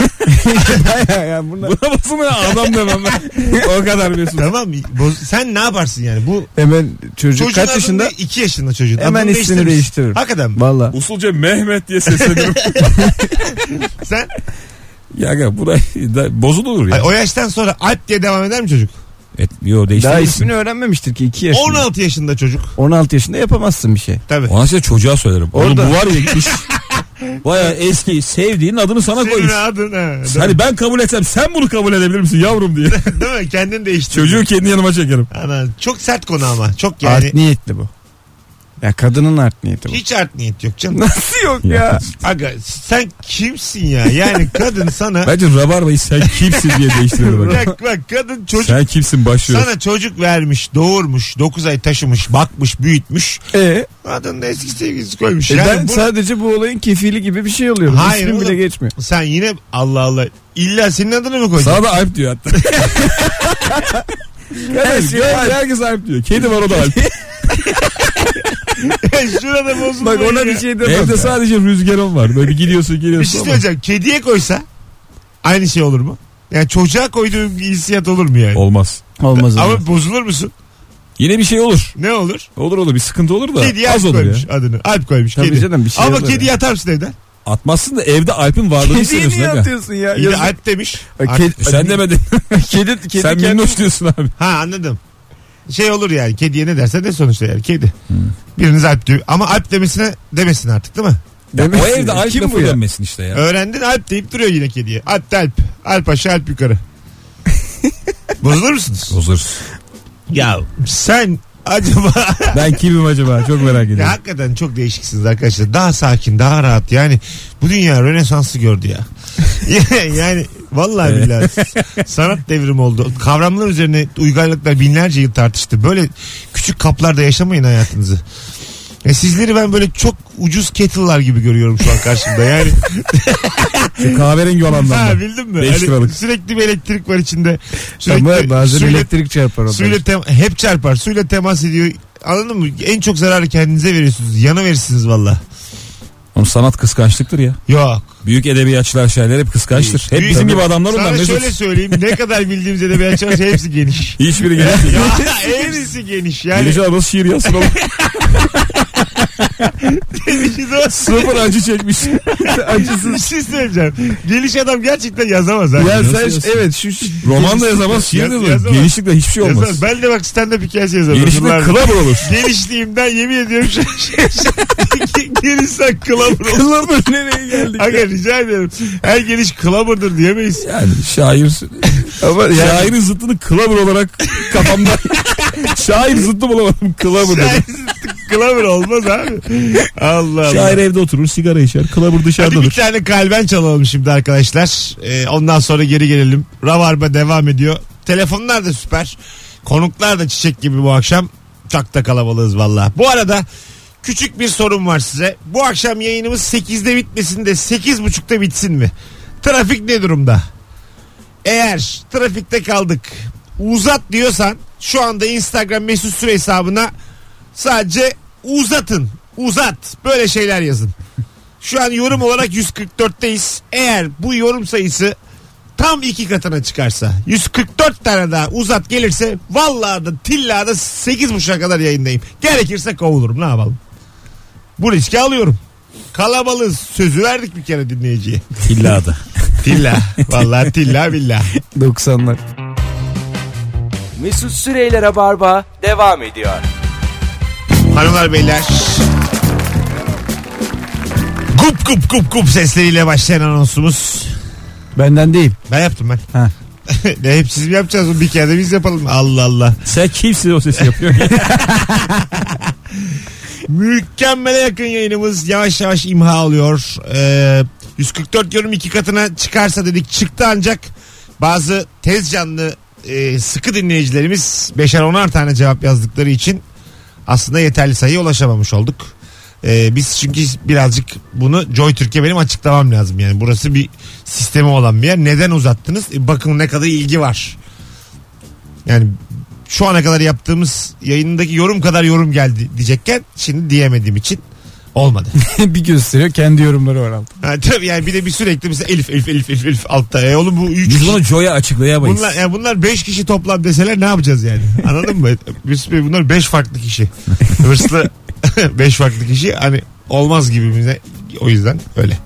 Baya ya buna... Buna basın ya adam demem ben. o kadar bir tamam boz- sen ne yaparsın yani bu Hemen çocuk çocuğun kaç yaşında? 2 yaşında çocuğun Hemen adını ismini değiştirmiş. değiştiririm. Hakikaten mi? Valla. Usulca Mehmet diye sesleniyorum. sen ya aga bu da, da bozulur ya. Ay, o yaştan sonra Alp diye devam eder mi çocuk? Et, yo Daha değiştirmişsin. ismini öğrenmemiştir ki 2 yaşında. 16 yaşında çocuk 16 yaşında yapamazsın bir şey. tabii. Ona size çocuğa söylerim. Oğlum Orada. bu var ya gitmiş. Baya eski sevdiğin adını sana Senin koymuş. adın ha. Hani ben kabul etsem sen bunu kabul edebilir misin yavrum diye. Değil mi? Kendin değiştirdin. Çocuğu kendi yanıma çekerim. Ana, çok sert konu ama. Çok yani. Art niyetli bu. Ya kadının art niyeti bu. Hiç art niyet yok canım. Nasıl yok ya? Ya. Aga sen kimsin ya? Yani kadın sana... Bence Rabarba'yı sen kimsin diye değiştirir bak. bak, bak kadın çocuk sen kimsin başlıyor. Sana çocuk vermiş, doğurmuş, 9 ay taşımış, bakmış, büyütmüş. E, Adını da eski sevgilisi koymuş. e Yani ben hani bu- sadece bu olayın kefili gibi bir şey oluyorum. Hayır İsmim bile oğlum. geçmiyor. Sen yine Allah Allah. İlla senin adını mı koyacaksın? Sana da Alp diyor hatta. Herkes, Herkes- herkes Alp diyor. Kedi var o da Alp. Şurada bozuldu. Bak ona ya. bir şey demem. Evde sadece rüzgarım var. Böyle gidiyorsun Bir şey geliyorsun ama. söyleyeceğim. Kediye koysa aynı şey olur mu? Yani çocuğa koyduğun bir hissiyat olur mu yani? Olmaz. Olmaz ama. Ama bozulur musun? Yine bir şey olur. Ne olur? Olur olur bir sıkıntı olur da Kedi Alp az olur ya. koymuş adını. Alp koymuş Tabii kedi. canım, bir şey Ama olur kedi ya. yatar mısın evden? Atmazsın da evde Alp'in varlığını Kediye hissediyorsun. niye aga. E atıyorsun ya? İyi de Yazık. Alp demiş. Ay, Alp- kedi- Sen demedin. Kedi, kedi Sen kendini- minnoş diyorsun abi. Ha anladım. Şey olur yani kediye ne dersen de sonuçta yani kedi. Biriniz alp diyor. Ama alp demesine demesin artık değil mi? O Demek ki- evde Alp Kim lafı bu ya? dönmesin işte ya. Öğrendin alp deyip duruyor yine kediye. Alp de alp. Alp aşağı alp yukarı. Bozulur musunuz? Bozuruz. Ya sen acaba Ben kimim acaba? Çok merak ya, ediyorum. hakikaten çok değişiksiniz arkadaşlar. Daha sakin daha rahat yani. Bu dünya rönesansı gördü ya. yani vallahi billahi sanat devrimi oldu. Kavramlar üzerine uygarlıklar binlerce yıl tartıştı. Böyle küçük kaplarda yaşamayın hayatınızı. E sizleri ben böyle çok ucuz kettle'lar gibi görüyorum şu an karşımda. Yani Şu kahverengi olanlar. ha, bildin mi? Beş Hani liralık. sürekli bir elektrik var içinde. Sürekli Ama bazen suyla- elektrik şey çarpar orada. Suyla tem- hep çarpar. Suyla temas ediyor. Anladın mı? En çok zararı kendinize veriyorsunuz. Yana verirsiniz valla. Oğlum sanat kıskançlıktır ya. Yok. Büyük edebiyatçılar şeyler hep kıskançtır. Hep Büyük- bizim gibi adamlar Sana onlar Mesut. şöyle söyleyeyim. Ne kadar bildiğimiz edebiyat çalışan hepsi geniş. Hiçbiri geliyor. Ya, hepsi geniş yani. Gelişe nasıl şiir yazsın oğlum. Gelişi de Sıfır acı çekmiş. şey Bir şey söyleyeceğim. Geliş adam gerçekten yazamaz. ha. Ya Nasıl sen yazsın? evet şu, şu Roman da yazamaz, şiir de Yaz- olur. yazamaz. Genişlikle hiçbir şey olmaz. Yazamaz. Ben de bak stand-up hikayesi yazarım. Genişlikle Yıllardır. kılabur olur. Genişliğimden yemin ediyorum. şu- Gelişsen kılamır olur. Kılabur nereye geldik? Aga rica ederim. Her geliş kılamırdır diyemeyiz. Yani şair ama yani, şairin zıttını kılabur olarak kafamda şair zıttı bulamadım kılabur dedim. kılamır olmaz abi. Allah Allah. Şair evde oturur sigara içer kılabur Hadi bir dışarıdadır. tane kalben çalalım şimdi arkadaşlar. Ee, ondan sonra geri gelelim. Ravarba devam ediyor. Telefonlar da süper. Konuklar da çiçek gibi bu akşam. Çok da kalabalığız valla. Bu arada küçük bir sorum var size. Bu akşam yayınımız 8'de bitmesin de 8.30'da bitsin mi? Trafik ne durumda? Eğer trafikte kaldık uzat diyorsan şu anda Instagram mesut süre hesabına sadece uzatın uzat böyle şeyler yazın. Şu an yorum olarak 144'teyiz. Eğer bu yorum sayısı tam iki katına çıkarsa 144 tane daha uzat gelirse vallahi da tilla da 8.30'a kadar yayındayım. Gerekirse kovulurum ne yapalım. Bu riski alıyorum. Kalabalığız. Sözü verdik bir kere dinleyiciye. İlla da. Tilla. Vallahi tilla billah. 90'lar. Mesut Süreyler'e barba devam ediyor. Hanımlar beyler. Gup gup gup gup sesleriyle başlayan anonsumuz. Benden değil. Ben yaptım ben. Ha. ne hep siz mi yapacağız? bunu? Bir kere de biz yapalım. Allah Allah. Sen kimsin o sesi yapıyor? Mükemmele yakın yayınımız yavaş yavaş imha alıyor. Ee, 144 yorum iki katına çıkarsa dedik çıktı ancak bazı tez canlı e, sıkı dinleyicilerimiz 5'er 10'ar tane cevap yazdıkları için aslında yeterli sayıya ulaşamamış olduk. Ee, biz çünkü birazcık bunu Joy Türkiye benim açıklamam lazım yani burası bir sistemi olan bir yer. Neden uzattınız? E, bakın ne kadar ilgi var. Yani şu ana kadar yaptığımız yayındaki yorum kadar yorum geldi diyecekken şimdi diyemediğim için olmadı. bir gösteriyor kendi yorumları var altında. Ha, tabii yani bir de bir sürekli mesela Elif Elif Elif Elif, Elif altta. E oğlum bu üç Biz kişi- bunu Joy'a açıklayamayız. Bunlar, yani bunlar 5 kişi toplam deseler ne yapacağız yani? Anladın mı? Biz bir- bunlar 5 farklı kişi. Hırslı 5 farklı kişi hani olmaz gibi bize. O yüzden öyle.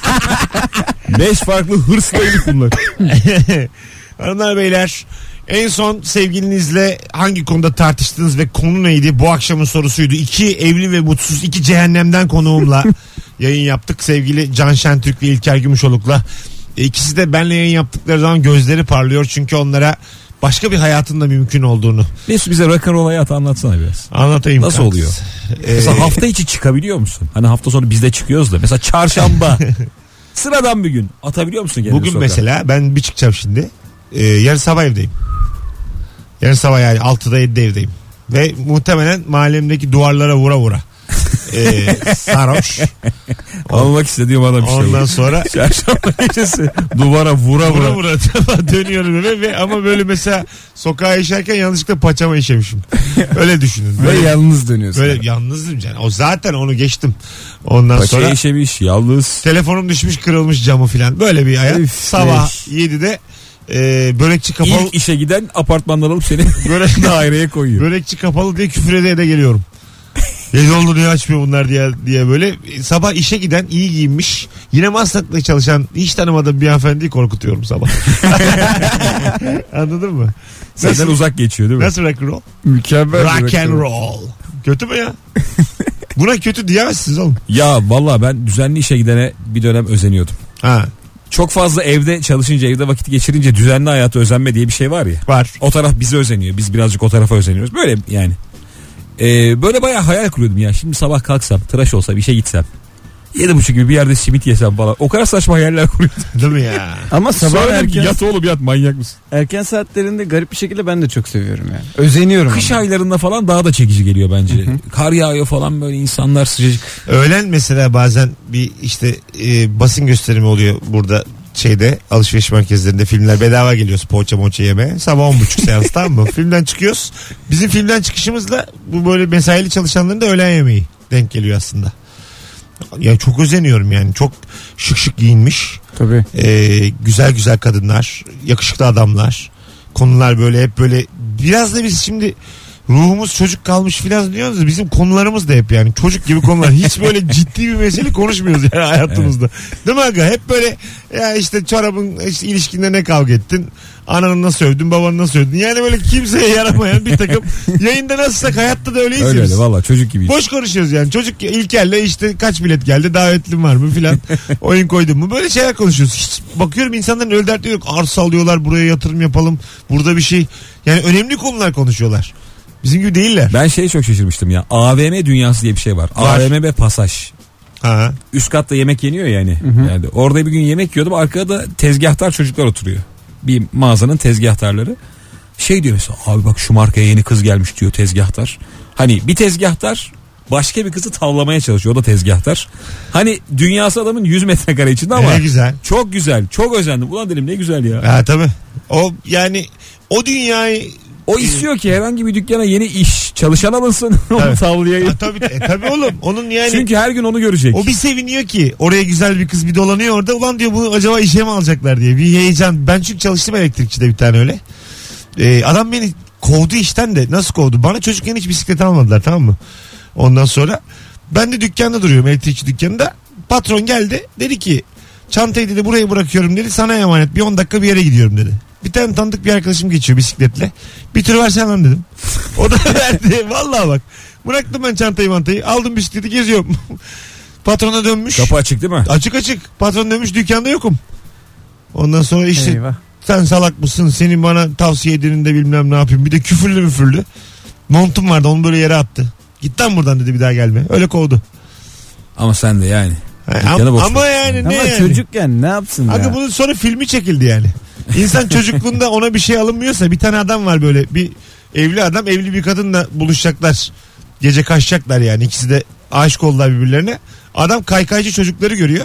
Beş farklı hırsla ilgili bunlar. Hanımlar beyler en son sevgilinizle hangi konuda tartıştınız ve konu neydi? Bu akşamın sorusuydu. İki evli ve mutsuz iki cehennemden konuğumla yayın yaptık. Sevgili Can Şentürk ve İlker Gümüşoluk'la. E, İkisi de benle yayın yaptıkları zaman gözleri parlıyor. Çünkü onlara başka bir hayatın da mümkün olduğunu Mesut bize rock'ın olayı at anlatsana biraz. anlatayım. Nasıl kanka. oluyor? E, Mesela hafta içi çıkabiliyor musun? Hani hafta sonu biz de çıkıyoruz da. Mesela çarşamba. Sıradan bir gün. Atabiliyor musun kendini Bugün sokağa? mesela ben bir çıkacağım şimdi. Ee, yarın sabah evdeyim. Yarın sabah yani 6'da 7'de evdeyim. Ve muhtemelen mahallemdeki duvarlara vura vura. Ee, şey sarhoş. Almak istediğim adam işte. Ondan bu. sonra Çarşamba gecesi duvara vura vura vura. vura sabah dönüyorum eve ve ama böyle mesela sokağa işerken yanlışlıkla paçama işemişim. Öyle düşünün. Ve Böyle, yalnız dönüyorsun. böyle yalnızdım canım. O zaten onu geçtim. Ondan Paçaya sonra işemiş yalnız. telefonum düşmüş kırılmış camı filan. Böyle bir hayat. Üf, sabah 7'de e, börekçi kapalı İlk işe giden apartmandan alıp seni börek daireye koyuyor. Börekçi kapalı diye küfür ede ede geliyorum. Yedi oldu niye açmıyor bunlar diye, diye böyle. E, Sabah işe giden iyi giyinmiş. Yine Maslak'ta çalışan hiç tanımadığım bir hanımefendiyi korkutuyorum sabah. Anladın mı? Senden uzak geçiyor değil mi? Nasıl rock and roll? Mükemmel. bir Rock and rakam. roll. Kötü mü ya? Buna kötü diyemezsiniz oğlum. Ya valla ben düzenli işe gidene bir dönem özeniyordum. Ha Çok fazla evde çalışınca evde vakit geçirince düzenli hayata özenme diye bir şey var ya. var. O taraf bize özeniyor. Biz birazcık o tarafa özeniyoruz. Böyle yani. Ee, böyle bayağı hayal kuruyordum ya. Şimdi sabah kalksam, tıraş olsam, işe gitsem. Yedi buçuk gibi bir yerde simit yesem falan. O kadar saçma hayaller kuruyordum. Değil mi ya? Ama sabah Sonra dedim ki, erken, yat oğlum yat manyak mısın? erken saatlerinde garip bir şekilde ben de çok seviyorum yani. Özeniyorum. Kış ama. aylarında falan daha da çekici geliyor bence. Kar yağıyor falan böyle insanlar sıcacık. Öğlen mesela bazen bir işte e, basın gösterimi oluyor burada şeyde alışveriş merkezlerinde filmler bedava geliyoruz poğaça moğaça yeme. Sabah 10.30 seans tamam mı? Filmden çıkıyoruz. Bizim filmden çıkışımızla bu böyle mesaili çalışanların da öğlen yemeği denk geliyor aslında. Ya çok özeniyorum yani çok şık şık giyinmiş Tabii. e, güzel güzel kadınlar, yakışıklı adamlar. Konular böyle hep böyle biraz da biz şimdi ruhumuz çocuk kalmış filan diyoruz. Bizim konularımız da hep yani çocuk gibi konular. Hiç böyle ciddi bir mesele konuşmuyoruz yani hayatımızda. Değil mi aga? Hep böyle ya işte çorabın işte ilişkinde ne kavga ettin? Ananı nasıl övdün, babanı nasıl övdün? Yani böyle kimseye yaramayan bir takım. Yayında nasılsak hayatta da öyleyiz. Öyle ya öyle biz. valla çocuk gibiyiz. Boş konuşuyoruz yani. Çocuk İlker'le işte kaç bilet geldi davetlim var mı filan. Oyun koydun mu? Böyle şeyler konuşuyoruz. Hiç bakıyorum insanların öyle dertleri yok. Arsa alıyorlar buraya yatırım yapalım. Burada bir şey. Yani önemli konular konuşuyorlar. Bizim gibi değiller. Ben şeye çok şaşırmıştım ya. AVM dünyası diye bir şey var. Var. AVM ve pasaj. Ha. Üst katta yemek yeniyor yani. yani. Orada bir gün yemek yiyordum. Arkada tezgahtar çocuklar oturuyor. Bir mağazanın tezgahtarları. Şey diyor mesela abi bak şu markaya yeni kız gelmiş diyor tezgahtar. Hani bir tezgahtar başka bir kızı tavlamaya çalışıyor. O da tezgahtar. Hani dünyası adamın 100 metrekare içinde ama. Ne güzel. Çok güzel. Çok özendim. Ulan dedim ne güzel ya. Ha tabii. O yani o dünyayı O istiyor ki herhangi bir dükkana yeni iş çalışan alınsın. Onu Tabii. tavlayayım. ha, tabii, e, tabii oğlum onun yani Çünkü her gün onu görecek. o bir seviniyor ki oraya güzel bir kız bir dolanıyor orada ulan diyor bunu acaba işe mi alacaklar diye bir heyecan ben çünkü çalıştım elektrikçide bir tane öyle Ee, adam beni kovdu işten de nasıl kovdu bana çocukken hiç bisiklet almadılar tamam mı ondan sonra ben de dükkanda duruyorum elektrikçi dükkanında patron geldi dedi ki çantayı dedi buraya bırakıyorum dedi sana emanet bir 10 dakika bir yere gidiyorum dedi bir tane tanıdık bir arkadaşım geçiyor bisikletle. Bir tür versene lan dedim. O da verdi. Vallahi bak. Bıraktım ben çantayı mantayı. Aldım bisikleti geziyorum. Patrona dönmüş. Kapı açık değil mi? Açık açık. Patron demiş dükkanda yokum. Ondan sonra işte Eyvah. sen salak mısın? Senin bana tavsiye edenin de bilmem ne yapayım. Bir de küfürlü müfürlü. Montum vardı onu böyle yere attı. Git lan buradan dedi bir daha gelme. Öyle kovdu. Ama sen de yani. Ha, Dükkanı am- boş ama ver. yani Ama ne yani? çocuk yani ne yapsın Abi ya? bunun sonra filmi çekildi yani. İnsan çocukluğunda ona bir şey alınmıyorsa bir tane adam var böyle bir evli adam evli bir kadınla buluşacaklar. Gece kaçacaklar yani ikisi de aşık oldular birbirlerine. Adam kaykaycı çocukları görüyor.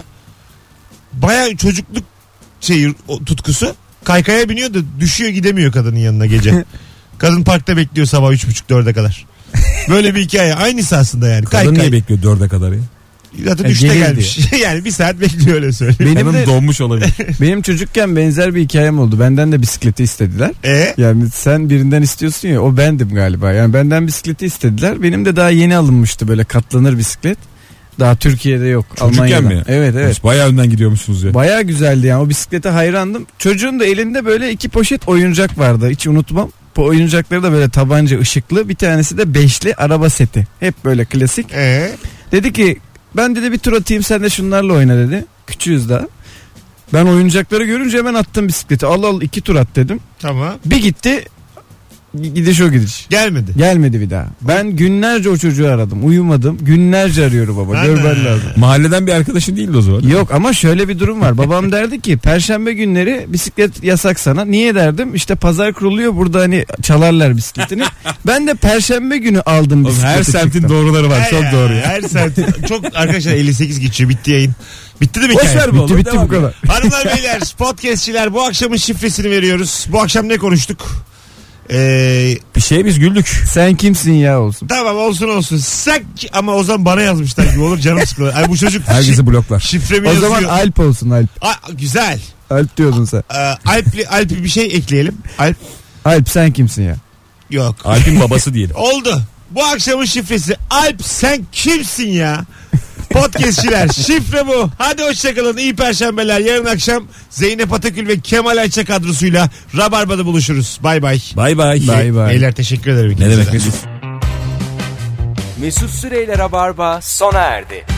Baya çocukluk şey o tutkusu. Kaykaya biniyor da düşüyor gidemiyor kadının yanına gece. Kadın parkta bekliyor sabah 3.30-4'e kadar. Böyle bir hikaye. Aynısı aslında yani. Kadın niye Kaykay. bekliyor dörde kadar ya? Zaten E, 3'te gelir gelmiş. yani bir saat bekliyor öyle söyleyeyim. Benim Kadın de- donmuş olabilir. Benim çocukken benzer bir hikayem oldu. Benden de bisikleti istediler. E? Yani sen birinden istiyorsun ya o bendim galiba. Yani benden bisikleti istediler. Benim de daha yeni alınmıştı böyle katlanır bisiklet. Daha Türkiye'de yok. Çocukken Almanya'da. mi? şey. Evet evet. Bayağı önden gidiyormuşsunuz ya. Baya güzeldi yani o bisiklete hayrandım. Çocuğun da elinde böyle iki poşet oyuncak vardı hiç unutmam. Bu oyuncakları da böyle tabanca ışıklı bir tanesi de beşli araba seti. Hep böyle klasik. E? Dedi ki ben dedi bir tur atayım sen de şunlarla oyna dedi. Küçüğüz daha. Ben oyuncakları görünce hemen attım bisikleti. Al al iki tur at dedim. Tamam. Bir gitti gidiş o gidiş. Gelmedi. Gelmedi bir daha. Ben günlerce o çocuğu aradım. Uyumadım. Günlerce arıyorum baba. Ana. Görmen lazım. Mahalleden bir arkadaşın değildi o zaman. Yok ama şöyle bir durum var. Babam derdi ki perşembe günleri bisiklet yasak sana. Niye derdim? İşte pazar kuruluyor burada hani çalarlar bisikletini. Ben de perşembe günü aldım Oğlum bisikleti. her semtin çıktım. doğruları var. Çok ya, doğru ya. Her saat. Çok arkadaşlar 58 geçiyor. Bitti yayın. Bitti değil mi Boş hikaye? ver Bitti bitti bu kadar. Hanımlar beyler podcastçiler bu akşamın şifresini veriyoruz. Bu akşam ne konuştuk? Ee, Bir şeye biz güldük. Sen kimsin ya olsun. tamam olsun olsun. Sak ama o zaman bana yazmışlar gibi olur canım sıkılır. Ay bu çocuk şi- Herkesi bloklar. şifremi O yazıyor. zaman Alp olsun Alp. Aa, güzel. Alp diyordun sen. Ee, Alpli, Alp'i bir şey ekleyelim. Alp Alp sen kimsin ya? yok. Alp'in babası diyelim. Oldu. Bu akşamın şifresi Alp sen kimsin ya? Podcastçiler şifre bu. Hadi hoşçakalın. İyi perşembeler. Yarın akşam Zeynep Atakül ve Kemal Ayça kadrosuyla Rabarba'da buluşuruz. Bay bay. Bay bay. Bay bay. Beyler teşekkür ederim. Ne ikinize de. demek Mesut? Mesut Süreyler'e barba sona erdi.